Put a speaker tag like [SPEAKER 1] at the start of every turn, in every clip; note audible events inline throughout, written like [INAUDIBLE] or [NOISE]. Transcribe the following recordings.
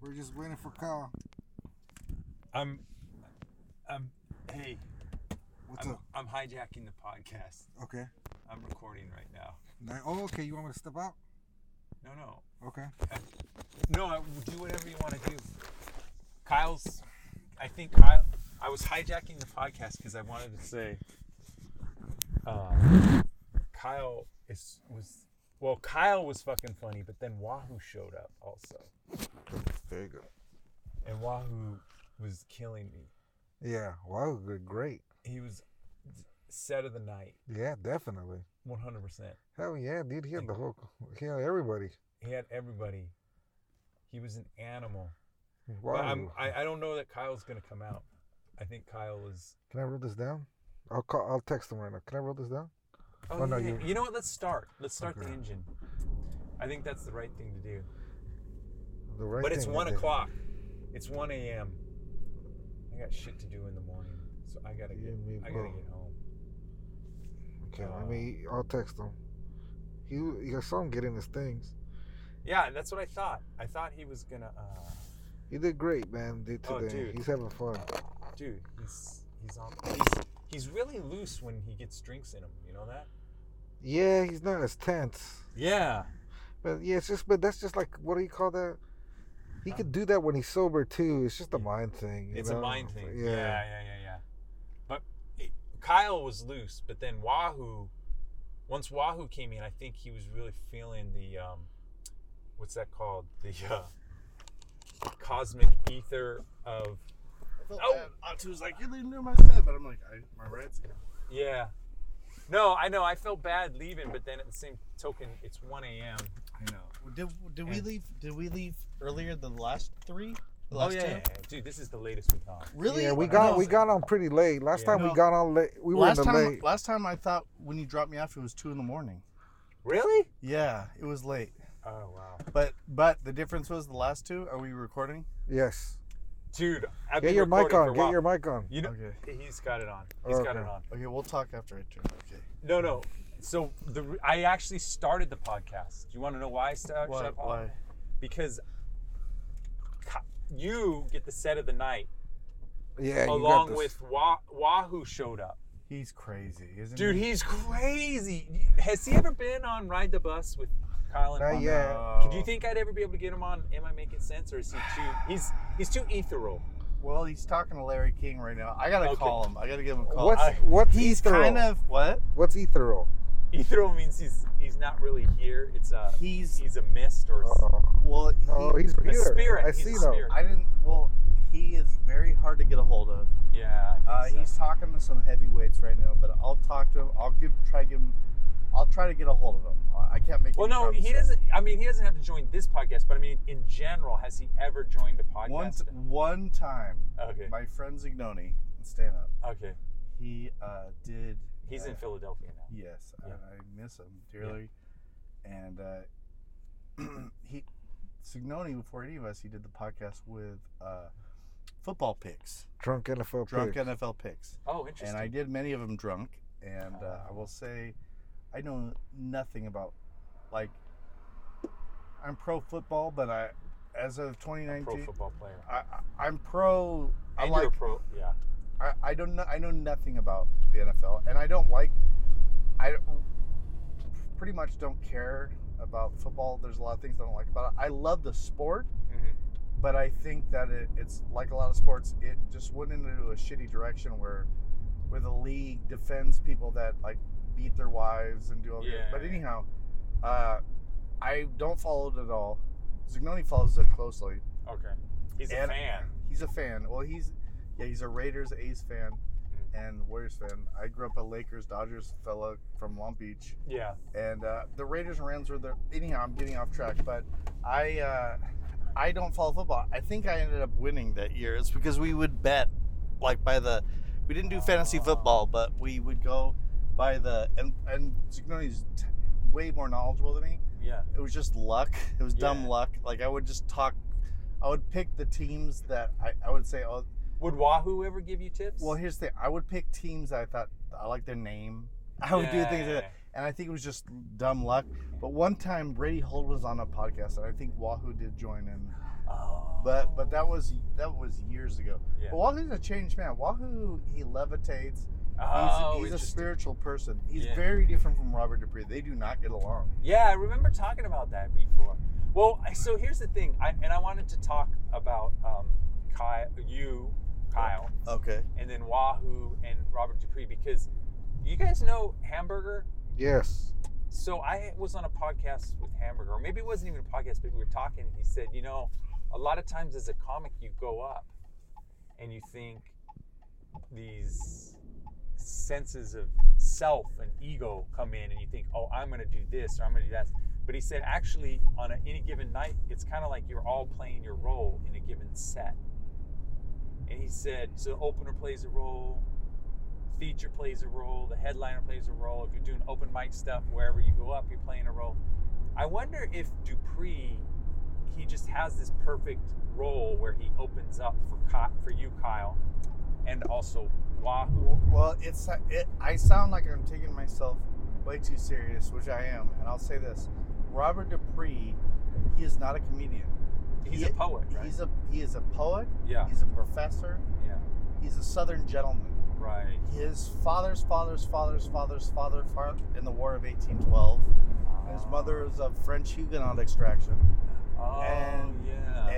[SPEAKER 1] We're just waiting for Kyle.
[SPEAKER 2] I'm, I'm. Hey,
[SPEAKER 1] What's
[SPEAKER 2] I'm,
[SPEAKER 1] up?
[SPEAKER 2] I'm hijacking the podcast.
[SPEAKER 1] Okay.
[SPEAKER 2] I'm recording right now.
[SPEAKER 1] Now, oh, okay. You want me to step out?
[SPEAKER 2] No, no,
[SPEAKER 1] Okay.
[SPEAKER 2] no. I, do whatever you want to do. Kyle's. I think Kyle. I was hijacking the podcast because I wanted to say. Uh, Kyle is was well. Kyle was fucking funny, but then Wahoo showed up also,
[SPEAKER 1] There you go.
[SPEAKER 2] and Wahoo was killing me.
[SPEAKER 1] Yeah. Wow. Good. Great.
[SPEAKER 2] He was set of the night,
[SPEAKER 1] Yeah. Definitely.
[SPEAKER 2] 100. percent
[SPEAKER 1] Hell yeah, dude. He had the whole. He had everybody.
[SPEAKER 2] he had everybody. He was an animal.
[SPEAKER 1] Wow.
[SPEAKER 2] But I'm, I, I don't know that Kyle's gonna come out. I think Kyle is.
[SPEAKER 1] Can I write this down? I'll call. I'll text him right now. Can I write this down?
[SPEAKER 2] Oh,
[SPEAKER 1] Oh, no,
[SPEAKER 2] yeah.
[SPEAKER 1] you-
[SPEAKER 2] You know what? Let's start. Let's start
[SPEAKER 1] Okay.
[SPEAKER 2] the engine. I think that's the right thing to do.
[SPEAKER 1] The right.
[SPEAKER 2] but it's
[SPEAKER 1] thing, I
[SPEAKER 2] one
[SPEAKER 1] think.
[SPEAKER 2] o'clock. It's one a.m. I got shit to do in the morning, so I gotta
[SPEAKER 1] You
[SPEAKER 2] get.
[SPEAKER 1] and me
[SPEAKER 2] I gotta
[SPEAKER 1] both.
[SPEAKER 2] get home.
[SPEAKER 1] Okay.
[SPEAKER 2] Uh,
[SPEAKER 1] let me. I'll text him. He. I saw him getting his things.
[SPEAKER 2] Yeah, that's what I thought. I thought he was gonna. Uh,
[SPEAKER 1] He did great, man. Did
[SPEAKER 2] Oh,
[SPEAKER 1] today.
[SPEAKER 2] dude.
[SPEAKER 1] He's having fun.
[SPEAKER 2] dude, he's he's on. He's, he's really loose when he gets drinks in him. You know that?
[SPEAKER 1] Yeah. He's not as tense.
[SPEAKER 2] Yeah.
[SPEAKER 1] But yeah, it's just but that's just like what do you call that? He could do that when he's sober too. It's just a mind thing. you
[SPEAKER 2] It's
[SPEAKER 1] know?
[SPEAKER 2] a mind thing. Yeah, yeah,
[SPEAKER 1] Yeah.
[SPEAKER 2] yeah, yeah. But it, Kyle was loose, but then Wahoo. Once Wahoo came in, I think he was really feeling the um, what's that called? The uh, cosmic ether of
[SPEAKER 3] I felt
[SPEAKER 2] Oh.
[SPEAKER 3] bad. Otto was uh, like, you didn't do my set, but I'm like, I, my ride's gone.
[SPEAKER 2] yeah. No, I know. I felt bad leaving, but then at the same token, it's 1 a.m.
[SPEAKER 3] I know. Did, did we
[SPEAKER 2] And-
[SPEAKER 3] leave? Did we leave earlier than the last three? The
[SPEAKER 2] Oh
[SPEAKER 3] last
[SPEAKER 2] yeah,
[SPEAKER 3] two?
[SPEAKER 2] yeah, yeah. dude, this is the latest we got.
[SPEAKER 3] Really?
[SPEAKER 1] Yeah, we
[SPEAKER 2] But
[SPEAKER 1] got
[SPEAKER 2] no.
[SPEAKER 1] we got on pretty late. Last
[SPEAKER 2] Yeah.
[SPEAKER 1] time we
[SPEAKER 3] No.
[SPEAKER 1] got on late, we were in
[SPEAKER 3] last
[SPEAKER 1] the
[SPEAKER 3] time,
[SPEAKER 1] late.
[SPEAKER 3] last time I thought when you dropped me off, it was two in the morning.
[SPEAKER 2] Really?
[SPEAKER 3] Yeah, it was late.
[SPEAKER 2] Oh wow,
[SPEAKER 3] But but the difference was the last two. Are we recording?
[SPEAKER 1] Yes.
[SPEAKER 2] dude. I've
[SPEAKER 1] Get
[SPEAKER 2] been
[SPEAKER 1] your mic
[SPEAKER 2] recording for a
[SPEAKER 1] on. Get
[SPEAKER 2] while.
[SPEAKER 1] your mic on.
[SPEAKER 2] You know,
[SPEAKER 3] Okay.
[SPEAKER 2] he's got it on. He's got it
[SPEAKER 1] Okay.
[SPEAKER 2] on.
[SPEAKER 3] Okay, we'll talk after I turn. Okay.
[SPEAKER 2] No, no. So the re- I actually started the podcast. Do you want to know why I started?
[SPEAKER 3] Why?
[SPEAKER 2] Sean Paul?
[SPEAKER 3] Why?
[SPEAKER 2] Because co- you get the set of the night
[SPEAKER 1] Yeah. you got
[SPEAKER 2] along
[SPEAKER 1] this.
[SPEAKER 2] with Wa- Wahoo showed up.
[SPEAKER 3] He's crazy,
[SPEAKER 1] Mm-hmm.
[SPEAKER 3] isn't
[SPEAKER 2] Dude,
[SPEAKER 3] he?
[SPEAKER 2] he's crazy. Has he ever been on Ride the Bus with Kyle and
[SPEAKER 1] Not
[SPEAKER 2] Bob?
[SPEAKER 1] yet.
[SPEAKER 2] Do you think I'd ever be able to get him on? Am I making sense, or is he too? He's he's too ethereal. [LAUGHS]
[SPEAKER 3] Well, he's talking to Larry King right now. I gotta
[SPEAKER 2] Okay.
[SPEAKER 3] call him. I gotta give him a call.
[SPEAKER 1] What's
[SPEAKER 2] I-
[SPEAKER 1] what's
[SPEAKER 3] he's
[SPEAKER 1] ethereal?
[SPEAKER 3] kind of what?
[SPEAKER 1] what's ethereal?
[SPEAKER 2] Ethereal means he's he's not really here. It's
[SPEAKER 3] Uh,
[SPEAKER 2] a
[SPEAKER 3] He's
[SPEAKER 2] he's a mist or s-
[SPEAKER 1] Oh,
[SPEAKER 3] well. He,
[SPEAKER 1] oh, he's
[SPEAKER 2] a
[SPEAKER 1] here.
[SPEAKER 2] spirit.
[SPEAKER 1] I
[SPEAKER 2] he's
[SPEAKER 1] see
[SPEAKER 2] a
[SPEAKER 1] though.
[SPEAKER 2] spirit.
[SPEAKER 3] I didn't. Well, he is very hard to get a hold of.
[SPEAKER 2] Yeah. I
[SPEAKER 3] Uh,
[SPEAKER 2] think so.
[SPEAKER 3] He's talking to some heavyweights right now, but I'll talk to him. I'll give try give him. I'll try to get a hold of him. I- I can't make.
[SPEAKER 2] Well,
[SPEAKER 3] any
[SPEAKER 2] no, he
[SPEAKER 3] promises.
[SPEAKER 2] doesn't. I mean, he doesn't have to join this podcast, but I mean, in general, has he ever joined a podcast?
[SPEAKER 3] One one time,
[SPEAKER 2] okay,
[SPEAKER 3] my friend Zignoni in stand up,
[SPEAKER 2] okay,
[SPEAKER 3] he uh, did.
[SPEAKER 2] he's
[SPEAKER 3] uh,
[SPEAKER 2] in Philadelphia now.
[SPEAKER 3] Yes, uh,
[SPEAKER 2] Yeah.
[SPEAKER 3] I, I miss him dearly. And uh, [CLEARS THROAT] he, Signoni, before any of us, he did the podcast with uh, football picks,
[SPEAKER 1] Drunk NFL
[SPEAKER 3] drunk
[SPEAKER 1] pig.
[SPEAKER 3] NFL picks,
[SPEAKER 2] Oh, interesting.
[SPEAKER 3] and I did many of them drunk. And uh, I will say, I know nothing about like I'm pro football, but I, as of
[SPEAKER 2] pro
[SPEAKER 3] 2019,
[SPEAKER 2] football player.
[SPEAKER 3] I, I, I'm pro. I
[SPEAKER 2] And
[SPEAKER 3] like
[SPEAKER 2] you're a pro. Yeah.
[SPEAKER 3] I, I don't know I know nothing about the NFL and I don't like I don't- pretty much don't care about football. There's a lot of things I don't like about it. I love the sport,
[SPEAKER 2] Mm-hmm.
[SPEAKER 3] but I think that it, it's like a lot of sports, it just went into a shitty direction where where the league defends people that like beat their wives and do all
[SPEAKER 2] Yeah.
[SPEAKER 3] that. But anyhow, uh, I don't follow it at all. Zignoni follows it closely.
[SPEAKER 2] Okay. He's
[SPEAKER 3] And-
[SPEAKER 2] a fan.
[SPEAKER 3] He's a fan. Well, he's yeah, he's a Raiders, A's fan, and Warriors fan. I grew up a Lakers, Dodgers fella from Long Beach,
[SPEAKER 2] Yeah.
[SPEAKER 3] and uh, the Raiders and Rams were the. Anyhow, I'm getting off track, but I uh, I don't follow football. I think I ended up winning that year. It's because we would bet, like by the, we didn't do fantasy
[SPEAKER 2] Ah.
[SPEAKER 3] football, but we would go by the and and Zignoni's t- way more knowledgeable than me
[SPEAKER 2] Yeah.
[SPEAKER 3] it was just luck. It was dumb
[SPEAKER 2] Yeah.
[SPEAKER 3] luck. Like I would just talk. I would pick the teams that I, I would say. Oh,
[SPEAKER 2] Would Wahoo ever give you tips?
[SPEAKER 3] well, here's the thing. I would pick teams that I thought I like their name. I would do things, like that. and I think it was just dumb luck. But one time Brady Holt was on a podcast, and I think Wahoo did join in.
[SPEAKER 2] Oh.
[SPEAKER 3] But but that was that was years ago.
[SPEAKER 2] Yeah.
[SPEAKER 3] But Wahoo's a changed man. Wahoo he levitates.
[SPEAKER 2] Oh,
[SPEAKER 3] he's he's a
[SPEAKER 2] interesting.
[SPEAKER 3] spiritual person. He's
[SPEAKER 2] Yeah.
[SPEAKER 3] very different from Robert Dupree. They do not get along.
[SPEAKER 2] Yeah, I remember talking about that before. Well, I- so here's the thing, I, and I wanted to talk about um, Kyle, you, Kyle,
[SPEAKER 3] Okay.
[SPEAKER 2] and then Wahoo and Robert Dupree because you guys know Hamburger.
[SPEAKER 1] Yes.
[SPEAKER 2] So I was on a podcast with Hamburger, or maybe it wasn't even a podcast, but we were talking. And he said, you know, a lot of times as a comic, you go up and you think these senses of self and ego come in, and you think, oh, I'm going to do this or I'm going to do that. But he said, actually, on a, any given night, it's kind of like you're all playing your role in a given set. And he said, so the opener plays a role, feature plays a role, the headliner plays a role. If you're doing open mic stuff, wherever you go up, you're playing a role. I wonder if Dupree, he just has this perfect role where he opens up for Ky- for you, Kyle, and also Wahoo.
[SPEAKER 3] Well, it's it, I sound like I'm taking myself way too serious, which I am, and I'll say this: Robert Dupree, he is not a comedian.
[SPEAKER 2] He's
[SPEAKER 3] He-
[SPEAKER 2] a poet, right?
[SPEAKER 3] He's a he is a poet.
[SPEAKER 2] yeah,
[SPEAKER 3] He's a professor.
[SPEAKER 2] yeah,
[SPEAKER 3] He's a Southern gentleman.
[SPEAKER 2] right.
[SPEAKER 3] His father's father's father's father's father fought in the War of 1812. And his mother is of French Huguenot extraction.
[SPEAKER 2] Oh,
[SPEAKER 3] and-
[SPEAKER 2] yeah.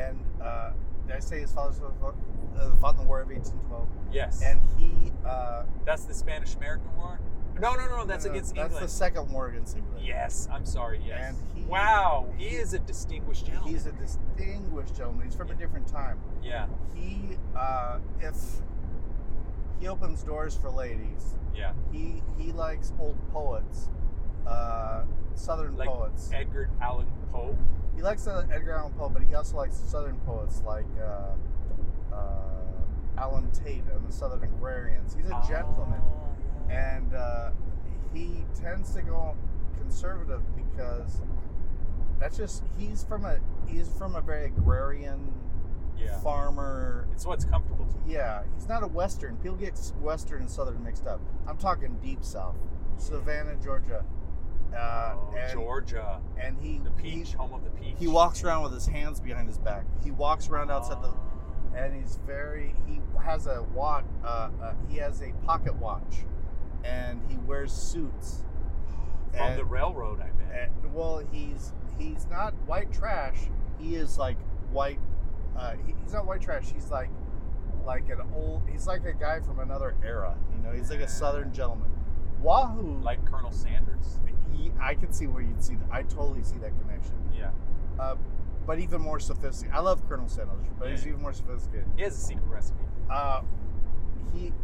[SPEAKER 3] And uh, did I say his father's father uh, fought in the War of 1812?
[SPEAKER 2] yes,
[SPEAKER 3] And he uh,
[SPEAKER 2] that's the Spanish-American War. No, no, no, no, Oh, that's
[SPEAKER 3] no, no,
[SPEAKER 2] against
[SPEAKER 3] that's
[SPEAKER 2] England.
[SPEAKER 3] the second war against England.
[SPEAKER 2] Yes, I'm sorry. Yes.
[SPEAKER 3] And he-
[SPEAKER 2] wow, he,
[SPEAKER 3] he-
[SPEAKER 2] is a distinguished gentleman.
[SPEAKER 3] He's a distinguished gentleman. He's from a different time.
[SPEAKER 2] yeah,
[SPEAKER 3] He, uh, if he opens doors for ladies,
[SPEAKER 2] yeah.
[SPEAKER 3] he he likes old poets, uh, Southern
[SPEAKER 2] Like
[SPEAKER 3] poets.
[SPEAKER 2] Edgar Allan Poe.
[SPEAKER 3] He likes uh, Edgar Allan Poe, but he also likes Southern poets like uh, uh, Alan Tate and the Southern Agrarians. He's a gentleman,
[SPEAKER 2] Oh, yeah.
[SPEAKER 3] and uh, he tends to go conservative because that's just he's from a he's from a very agrarian
[SPEAKER 2] yeah.
[SPEAKER 3] farmer.
[SPEAKER 2] It's what's comfortable to
[SPEAKER 3] Yeah, he's not a Western. People get Western and Southern mixed up. I'm talking deep South, Savannah, Georgia. Uh,
[SPEAKER 2] Oh,
[SPEAKER 3] and,
[SPEAKER 2] Georgia,
[SPEAKER 3] and he
[SPEAKER 2] the
[SPEAKER 3] he-
[SPEAKER 2] peach, home of the peach.
[SPEAKER 3] He walks around with his hands behind his back. He walks around outside the, and he's very. He has a watch. Uh, uh, he has a pocket watch, and he wears suits.
[SPEAKER 2] from
[SPEAKER 3] and,
[SPEAKER 2] the railroad, I bet.
[SPEAKER 3] and- well, he's he's not white trash. He is like white. Uh, he- he's not white trash. He's like like an old. He's like a guy from another era. You know, he's like a southern gentleman. Wahoo!
[SPEAKER 2] like Colonel Sanders.
[SPEAKER 3] he, I can see where you'd see. That. I totally see that connection.
[SPEAKER 2] Yeah,
[SPEAKER 3] but even more sophisticated. I love Colonel Sanders, but he's
[SPEAKER 2] Yeah.
[SPEAKER 3] even more sophisticated.
[SPEAKER 2] he has a secret recipe.
[SPEAKER 3] Uh, he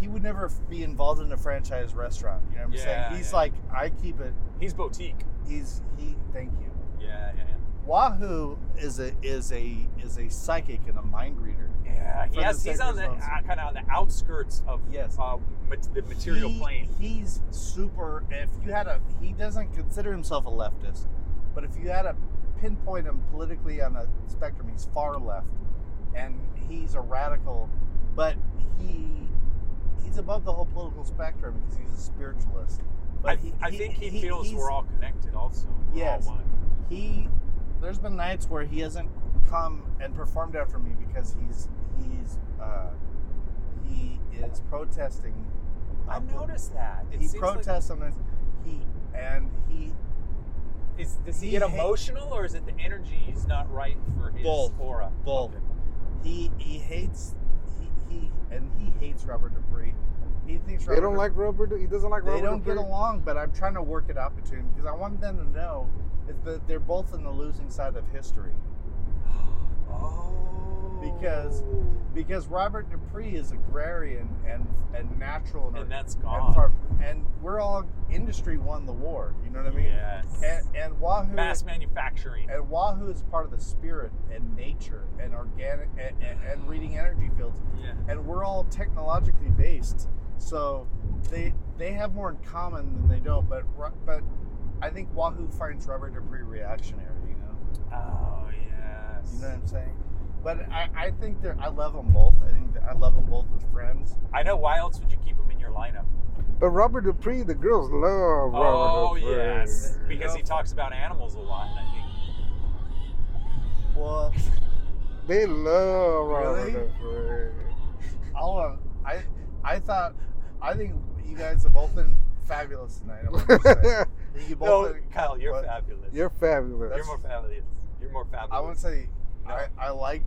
[SPEAKER 3] he would never be involved in a franchise restaurant. You know what I'm
[SPEAKER 2] Yeah,
[SPEAKER 3] saying? He's
[SPEAKER 2] yeah.
[SPEAKER 3] like, I keep it.
[SPEAKER 2] He's boutique.
[SPEAKER 3] He's he. Thank you.
[SPEAKER 2] Yeah, yeah,
[SPEAKER 3] Wahoo is a is a is a psychic and a mind reader.
[SPEAKER 2] yeah. yeah he
[SPEAKER 3] For
[SPEAKER 2] has,
[SPEAKER 3] the
[SPEAKER 2] he's on the
[SPEAKER 3] sacred zones.
[SPEAKER 2] kind of on the outskirts of
[SPEAKER 3] Yes.
[SPEAKER 2] uh, mat- the material
[SPEAKER 3] He-
[SPEAKER 2] plane.
[SPEAKER 3] He's super. If you had a, he doesn't consider himself a leftist, but if you had to pinpoint him politically on a spectrum, he's far left, and he's a radical, but he he's above the whole political spectrum because he's a spiritualist. But
[SPEAKER 2] I, I think he, feels
[SPEAKER 3] he's-
[SPEAKER 2] we're all connected. Also, we're
[SPEAKER 3] Yes.
[SPEAKER 2] all one.
[SPEAKER 3] he there's been nights where he hasn't come and performed after me because he's he's uh, he is protesting.
[SPEAKER 2] I've noticed that. It
[SPEAKER 3] he
[SPEAKER 2] seems like-
[SPEAKER 3] protests sometimes. He and he
[SPEAKER 2] is, does he,
[SPEAKER 3] he
[SPEAKER 2] get
[SPEAKER 3] ha-
[SPEAKER 2] emotional, or is it the energy is not right for his
[SPEAKER 3] Both.
[SPEAKER 2] aura?
[SPEAKER 3] Both.
[SPEAKER 2] Okay.
[SPEAKER 3] he he hates he, he and he hates Robert Dupree. He thinks Robert
[SPEAKER 1] They don't like rubber. He doesn't like
[SPEAKER 3] Dupree,
[SPEAKER 1] rubber.
[SPEAKER 3] they don't get along. But I'm trying to work it out between them because I want them to know is that they're both on the losing side of history.
[SPEAKER 2] Oh.
[SPEAKER 3] Because- Because Robert Dupree is agrarian and and natural
[SPEAKER 2] and
[SPEAKER 3] and,
[SPEAKER 2] that's
[SPEAKER 3] and,
[SPEAKER 2] gone.
[SPEAKER 3] farm, and we're all industry won the war. You know what I mean?
[SPEAKER 2] yes.
[SPEAKER 3] And and Wahoo
[SPEAKER 2] Mass manufacturing.
[SPEAKER 3] and Wahoo is part of the spirit and nature and organic and, and, and reading energy fields.
[SPEAKER 2] yeah.
[SPEAKER 3] and we're all technologically based. So they they have more in common than they don't. But Ro- but I think Wahoo finds Robert Dupree reactionary. You know,
[SPEAKER 2] Oh yes.
[SPEAKER 3] you know what I'm saying. But I, I think they're I love them both. I think that I love them both as friends.
[SPEAKER 2] I know. Why else would you keep him in your lineup?
[SPEAKER 1] But Robert Dupree, the girls love Robert
[SPEAKER 2] oh
[SPEAKER 1] Dupree.
[SPEAKER 2] yes, because he
[SPEAKER 3] Nope.
[SPEAKER 2] talks about animals a lot. and I think.
[SPEAKER 1] They love Robert
[SPEAKER 3] Really?
[SPEAKER 1] Redford.
[SPEAKER 3] All of I I thought I think you guys have both been fabulous tonight. I'm gonna
[SPEAKER 2] [LAUGHS]
[SPEAKER 3] say. You both
[SPEAKER 2] No,
[SPEAKER 3] been-
[SPEAKER 2] Kyle, you're
[SPEAKER 3] What?
[SPEAKER 2] fabulous.
[SPEAKER 1] You're fabulous.
[SPEAKER 2] You're more fabulous. You're more fabulous.
[SPEAKER 3] I would say
[SPEAKER 2] No.
[SPEAKER 3] I, I like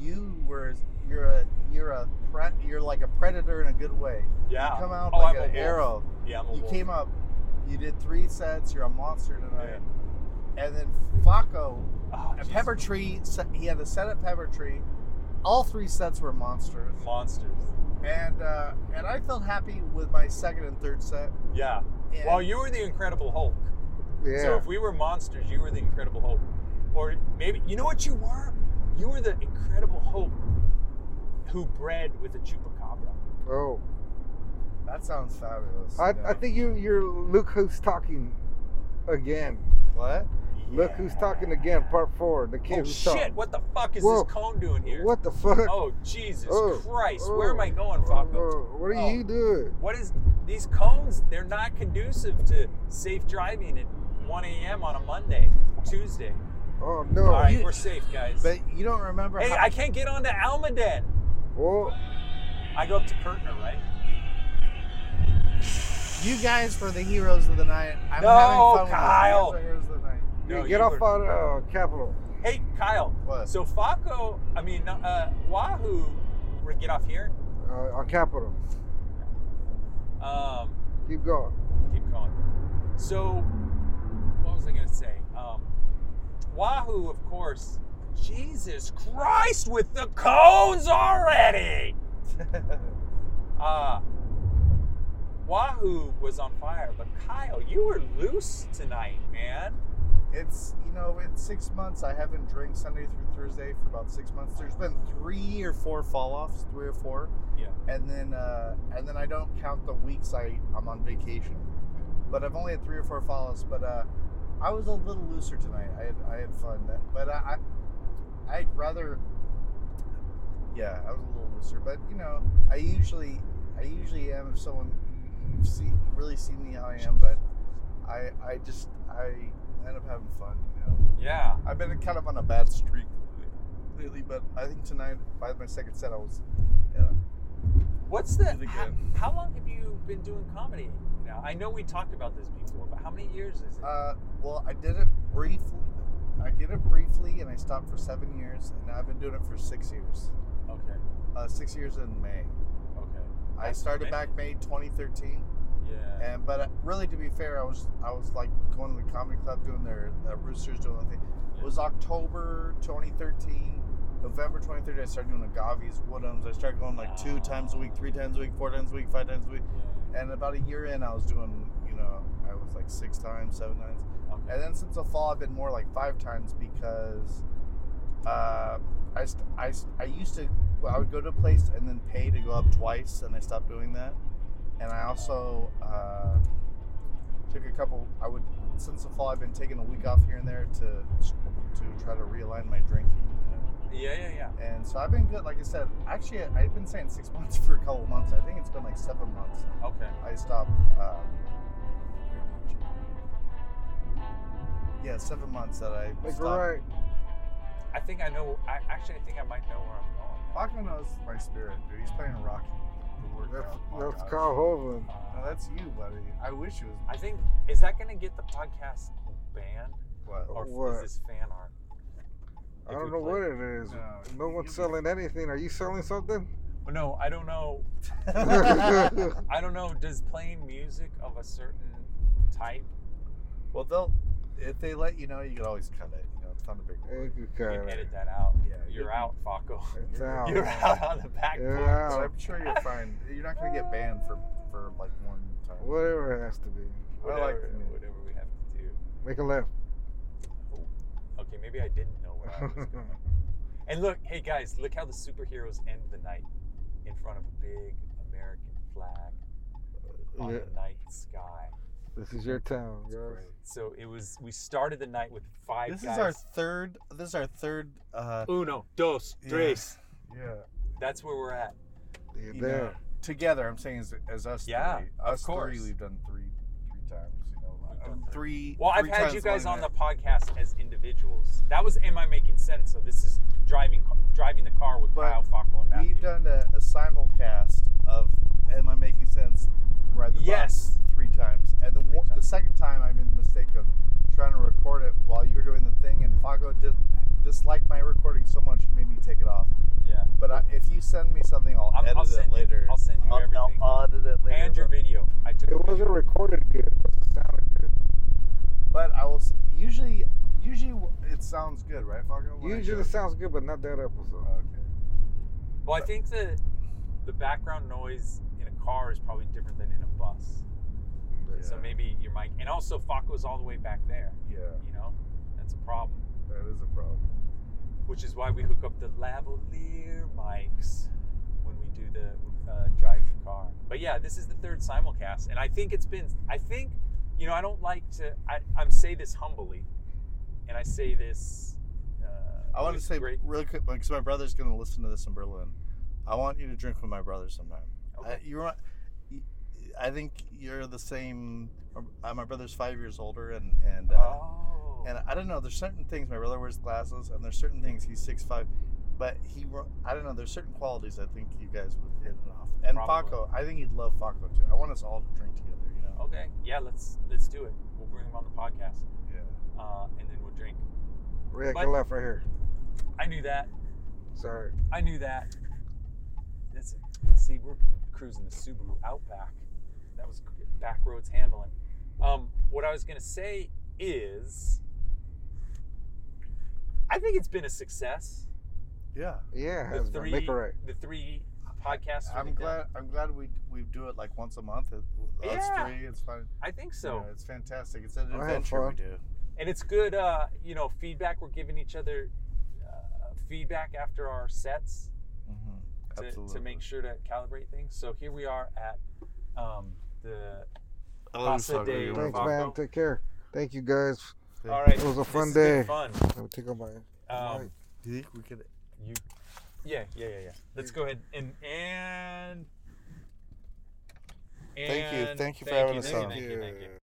[SPEAKER 3] you were you're a you're a pre, you're like a predator in a good way.
[SPEAKER 2] yeah.
[SPEAKER 3] You come out
[SPEAKER 2] Oh,
[SPEAKER 3] like
[SPEAKER 2] I'm a
[SPEAKER 3] an
[SPEAKER 2] wolf.
[SPEAKER 3] arrow.
[SPEAKER 2] Yeah, I'm a
[SPEAKER 3] You
[SPEAKER 2] wolf.
[SPEAKER 3] came up. You did three sets. You're a monster tonight.
[SPEAKER 2] Yeah.
[SPEAKER 3] And then Flacco
[SPEAKER 2] Oh,
[SPEAKER 3] at
[SPEAKER 2] jeez.
[SPEAKER 3] Pepper Tree. se- He had a set at Pepper Tree. All three sets were monsters.
[SPEAKER 2] monsters.
[SPEAKER 3] And uh, and I felt happy with my second and third set.
[SPEAKER 2] Yeah.
[SPEAKER 3] And
[SPEAKER 2] Well, you were the Incredible Hulk.
[SPEAKER 1] yeah.
[SPEAKER 2] So if we were monsters, you were the Incredible Hulk. Or maybe you know what you were? You were the Incredible Hulk who bred with a chupacabra.
[SPEAKER 1] oh,
[SPEAKER 3] that sounds fabulous.
[SPEAKER 1] I,
[SPEAKER 3] you
[SPEAKER 1] I
[SPEAKER 3] know.
[SPEAKER 1] think you you're Look Who's Talking again.
[SPEAKER 3] what?
[SPEAKER 1] Look Who's Talking again, part four. The kid
[SPEAKER 2] Oh
[SPEAKER 1] who
[SPEAKER 2] shit!
[SPEAKER 1] talked.
[SPEAKER 2] What the fuck is
[SPEAKER 1] Whoa.
[SPEAKER 2] this cone doing here?
[SPEAKER 1] What the fuck?
[SPEAKER 2] Oh Jesus
[SPEAKER 1] Oh.
[SPEAKER 2] Christ! Where am I going,
[SPEAKER 1] Oh,
[SPEAKER 2] Falco?
[SPEAKER 1] oh, what are
[SPEAKER 2] Oh.
[SPEAKER 1] you doing?
[SPEAKER 2] What is these cones? They're not conducive to safe driving at 1 a.m. on a Monday, Tuesday.
[SPEAKER 1] Oh no!
[SPEAKER 2] All right,
[SPEAKER 3] You-
[SPEAKER 2] we're safe, guys.
[SPEAKER 3] But you don't remember?
[SPEAKER 2] hey,
[SPEAKER 3] how,
[SPEAKER 2] I can't get onto Almaden.
[SPEAKER 1] Oh,
[SPEAKER 2] I go up to Kurtner, right?
[SPEAKER 3] You guys were the heroes of the night. I'm
[SPEAKER 2] No,
[SPEAKER 3] having fun
[SPEAKER 2] Kyle.
[SPEAKER 3] With you. You guys are heroes of the night.
[SPEAKER 1] yeah,
[SPEAKER 2] No,
[SPEAKER 1] get
[SPEAKER 2] you
[SPEAKER 1] off
[SPEAKER 2] were-
[SPEAKER 1] on uh, Capitol.
[SPEAKER 2] Hey, Kyle.
[SPEAKER 3] What?
[SPEAKER 2] So Faco, I mean uh, Wahoo, we're gonna get off here.
[SPEAKER 1] Uh, on Capitol.
[SPEAKER 2] Um,
[SPEAKER 1] Keep going.
[SPEAKER 2] keep going. So, what was I gonna say? Um, Wahoo, of course. Jesus Christ, with the cones already.
[SPEAKER 3] [LAUGHS]
[SPEAKER 2] Uh, Wahoo was on fire, but Kyle, you were loose tonight, man.
[SPEAKER 3] it's you know, it's six months. I haven't drank Sunday through Thursday for about six months. There's been three or four fall offs, three or four.
[SPEAKER 2] Yeah.
[SPEAKER 3] And then uh, and then I don't count the weeks I I'm on vacation, but I've only had three or four fall offs. But uh, I was a little looser tonight. I had, I had fun, but I, I I'd rather. Yeah, I was a little looser, but you know, I usually I usually am if someone you've seen really seen me how I am, but I I just I end up having fun, you know.
[SPEAKER 2] Yeah.
[SPEAKER 3] I've been kind of on a bad streak lately, but I think tonight by my second set I was
[SPEAKER 2] What's the?
[SPEAKER 3] Did it
[SPEAKER 2] How,
[SPEAKER 3] again.
[SPEAKER 2] how long have you been doing comedy? Now I know we talked about this before, but how many years is it?
[SPEAKER 3] Uh, well, I did it briefly. I did it briefly, and I stopped for seven years, and I've been doing it for six years.
[SPEAKER 2] okay.
[SPEAKER 3] Uh, six years in May.
[SPEAKER 2] Okay.
[SPEAKER 3] I
[SPEAKER 2] That's
[SPEAKER 3] started
[SPEAKER 2] many.
[SPEAKER 3] back May 2013,
[SPEAKER 2] Yeah.
[SPEAKER 3] and but uh, really, to be fair, I was I was like going to the comedy club doing their uh, roosters doing the thing. It was October 2013. November 2013, I started doing Agaves, Woodhams. I started going like two times a week, three times a week, four times a week, five times a week.
[SPEAKER 2] Yeah.
[SPEAKER 3] And about a year in, I was doing, you know, I was like six times, seven times.
[SPEAKER 2] Okay.
[SPEAKER 3] And then since the fall, I've been more like five times because uh, I, st- I, st- I used to, well, I would go to a place and then pay to go up twice, and I stopped doing that. And I also uh, took a couple, I would, since the fall, I've been taking a week off here and there to to try to realign my drinking. you know.
[SPEAKER 2] Yeah, yeah, yeah.
[SPEAKER 3] And so I've been good, like I said. Actually, I've been saying six [LAUGHS] months for a couple months. I think it's been like seven months.
[SPEAKER 2] Okay.
[SPEAKER 3] I stopped. Um, yeah, seven months that I
[SPEAKER 1] Like
[SPEAKER 3] stopped.
[SPEAKER 1] right.
[SPEAKER 2] I think I know. I actually I think I might know where I'm going.
[SPEAKER 3] Baco knows my spirit, dude. He's playing Rocky. The
[SPEAKER 1] That's
[SPEAKER 3] workout
[SPEAKER 1] that's
[SPEAKER 3] montage.
[SPEAKER 1] Kyle Hovland.
[SPEAKER 3] No, that's you, buddy. I wish it was.
[SPEAKER 2] Uh, I think is that going to get the podcast banned
[SPEAKER 3] What?
[SPEAKER 2] or
[SPEAKER 1] What?
[SPEAKER 2] is this fan art?
[SPEAKER 1] I
[SPEAKER 2] If we
[SPEAKER 1] don't know
[SPEAKER 2] play-
[SPEAKER 1] what it is.
[SPEAKER 2] Uh,
[SPEAKER 3] No,
[SPEAKER 1] No
[SPEAKER 3] you-
[SPEAKER 1] one's
[SPEAKER 3] you-
[SPEAKER 1] selling anything. Are you selling
[SPEAKER 2] [LAUGHS]
[SPEAKER 1] something? [LAUGHS]
[SPEAKER 2] Well, No, I don't know. I don't know. Does playing music of a certain type?
[SPEAKER 3] [LAUGHS] well, they'll if they let you know, you could always cut it. You know, it's not a big deal.
[SPEAKER 1] Thank you,
[SPEAKER 2] You
[SPEAKER 1] Kyle.
[SPEAKER 2] can edit that out.
[SPEAKER 3] Yeah,
[SPEAKER 2] You're
[SPEAKER 3] you-
[SPEAKER 2] out, Faco.
[SPEAKER 1] It's
[SPEAKER 3] You're- [LAUGHS]
[SPEAKER 1] out.
[SPEAKER 2] [LAUGHS] You're out on the back
[SPEAKER 1] You're
[SPEAKER 2] porch.
[SPEAKER 1] out.
[SPEAKER 3] But I'm sure you're fine. You're not gonna get banned for for like one time.
[SPEAKER 1] Whatever it has to be.
[SPEAKER 3] I
[SPEAKER 2] Whatever,
[SPEAKER 3] like the music.
[SPEAKER 2] whatever we have to do.
[SPEAKER 1] Make a left.
[SPEAKER 2] Okay, maybe I didn't know where I was going.
[SPEAKER 3] [LAUGHS]
[SPEAKER 2] And look, hey guys, look how the superheroes end the night in front of a big American flag on
[SPEAKER 1] Yeah,
[SPEAKER 2] the night sky.
[SPEAKER 1] This is your town.
[SPEAKER 3] It's
[SPEAKER 1] guys.
[SPEAKER 3] great.
[SPEAKER 2] So it was. We started the night with five.
[SPEAKER 3] This
[SPEAKER 2] guys.
[SPEAKER 3] is our third. This is our third. Uh,
[SPEAKER 2] uno, dos,
[SPEAKER 3] Yeah.
[SPEAKER 2] tres.
[SPEAKER 3] yeah.
[SPEAKER 2] That's where we're at.
[SPEAKER 1] You're
[SPEAKER 3] you
[SPEAKER 1] there.
[SPEAKER 3] know, together. I'm saying as, as us
[SPEAKER 2] Yeah,
[SPEAKER 3] three.
[SPEAKER 2] of
[SPEAKER 3] Us
[SPEAKER 2] course.
[SPEAKER 3] three, we've done three three times. You know, uh,
[SPEAKER 2] We done.
[SPEAKER 3] three.
[SPEAKER 2] Well, I've
[SPEAKER 3] three
[SPEAKER 2] had
[SPEAKER 3] times
[SPEAKER 2] you guys
[SPEAKER 3] one
[SPEAKER 2] on the
[SPEAKER 3] night.
[SPEAKER 2] podcast as individuals. That was Am I Making Sense? So this is driving driving the car with
[SPEAKER 3] But
[SPEAKER 2] Kyle Fockle and Matthew.
[SPEAKER 3] We've done a, a simulcast of "Am I making sense?" and Ride the Bus
[SPEAKER 2] Yes.
[SPEAKER 3] three times, and the
[SPEAKER 2] Three
[SPEAKER 3] one, the
[SPEAKER 2] times.
[SPEAKER 3] second time I made the mistake of trying to record it while you were doing the thing, and Fago did disliked my recording so much he made me take it off.
[SPEAKER 2] Yeah.
[SPEAKER 3] But I, if you send me something, I'll
[SPEAKER 2] I'm-
[SPEAKER 3] edit
[SPEAKER 2] I'll
[SPEAKER 3] it
[SPEAKER 2] send you-
[SPEAKER 3] later.
[SPEAKER 2] I'll send you
[SPEAKER 3] I'll,
[SPEAKER 2] everything.
[SPEAKER 3] I'll edit it later.
[SPEAKER 2] and your
[SPEAKER 3] but,
[SPEAKER 2] video. I took. a
[SPEAKER 1] It wasn't
[SPEAKER 2] video.
[SPEAKER 1] recorded good. It wasn't sounded good.
[SPEAKER 3] but I will s- usually usually it sounds good, right, Fago? when I do
[SPEAKER 1] Usually
[SPEAKER 3] it?
[SPEAKER 1] sounds good, but not that episode.
[SPEAKER 3] Okay.
[SPEAKER 2] Well, I think the the background noise in a car is probably different than in a bus. So
[SPEAKER 3] Yeah.
[SPEAKER 2] maybe your mic, and also Faco's all the way back there.
[SPEAKER 3] Yeah,
[SPEAKER 2] You know, that's a problem.
[SPEAKER 3] that is a problem.
[SPEAKER 2] Which is why we hook up the lavalier mics when we do the uh, drive the car. But yeah, this is the third simulcast, and I think it's been. I think, you know, I don't like to. I I'm say this humbly, and I say this. Uh,
[SPEAKER 3] I want to
[SPEAKER 2] with
[SPEAKER 3] say
[SPEAKER 2] great.
[SPEAKER 3] really quick because my brother's going to listen to this in Berlin. I want you to drink with my brother sometime.
[SPEAKER 2] Okay.
[SPEAKER 3] I, you're, on- you- I think you're the same. uh, My brother's five years older, and and uh,
[SPEAKER 2] oh.
[SPEAKER 3] and I don't know. There's certain things my brother wears glasses, and there's certain things he's six five, but he ro- I don't know. There's certain qualities I think you guys would hit it off. And
[SPEAKER 2] Probably.
[SPEAKER 3] Paco, I think he'd love Paco too. I want us all to drink together. You know.
[SPEAKER 2] okay. Yeah. Let's let's do it. We'll bring him on the podcast,
[SPEAKER 3] Yeah.
[SPEAKER 2] uh, and then we'll drink.
[SPEAKER 1] Rick, I
[SPEAKER 2] But-
[SPEAKER 1] left right here.
[SPEAKER 2] I knew that.
[SPEAKER 1] Sorry.
[SPEAKER 2] I knew that. That's it. See, we're cruising the Subaru Outback. That was back roads handling. Um, what I was gonna say is, I think it's been a success.
[SPEAKER 3] Yeah.
[SPEAKER 1] Yeah, it has been.
[SPEAKER 2] the three,
[SPEAKER 1] Make it right.
[SPEAKER 2] the three podcasts.
[SPEAKER 3] I'm
[SPEAKER 2] we've done.
[SPEAKER 3] glad. I'm glad we we do it like once a month. It, us
[SPEAKER 2] Yeah.
[SPEAKER 3] three. It's fine.
[SPEAKER 2] I think
[SPEAKER 3] So
[SPEAKER 2] so,
[SPEAKER 3] it's fantastic. It's an
[SPEAKER 1] I had
[SPEAKER 3] adventure we
[SPEAKER 1] fun.
[SPEAKER 3] do.
[SPEAKER 2] and it's good. Uh, you know, feedback. We're giving each other uh, feedback after our sets.
[SPEAKER 3] Mm-hmm.
[SPEAKER 2] to, to make sure to calibrate things. So here we are at um, the. Casa de Thank
[SPEAKER 1] Thanks,
[SPEAKER 2] Paco.
[SPEAKER 1] man. Take care. Thank you guys.
[SPEAKER 2] All right,
[SPEAKER 1] It was a
[SPEAKER 2] this
[SPEAKER 1] fun
[SPEAKER 2] has been
[SPEAKER 1] day.
[SPEAKER 2] Fun.
[SPEAKER 1] Let me take off my.
[SPEAKER 2] Um,
[SPEAKER 3] Do you think we could?
[SPEAKER 2] you, yeah, yeah, yeah, yeah. Let's go ahead and and.
[SPEAKER 3] Thank you.
[SPEAKER 2] and-
[SPEAKER 3] Thank you for having us
[SPEAKER 2] thank
[SPEAKER 3] on.
[SPEAKER 2] Thank you, thank you.
[SPEAKER 1] Yeah.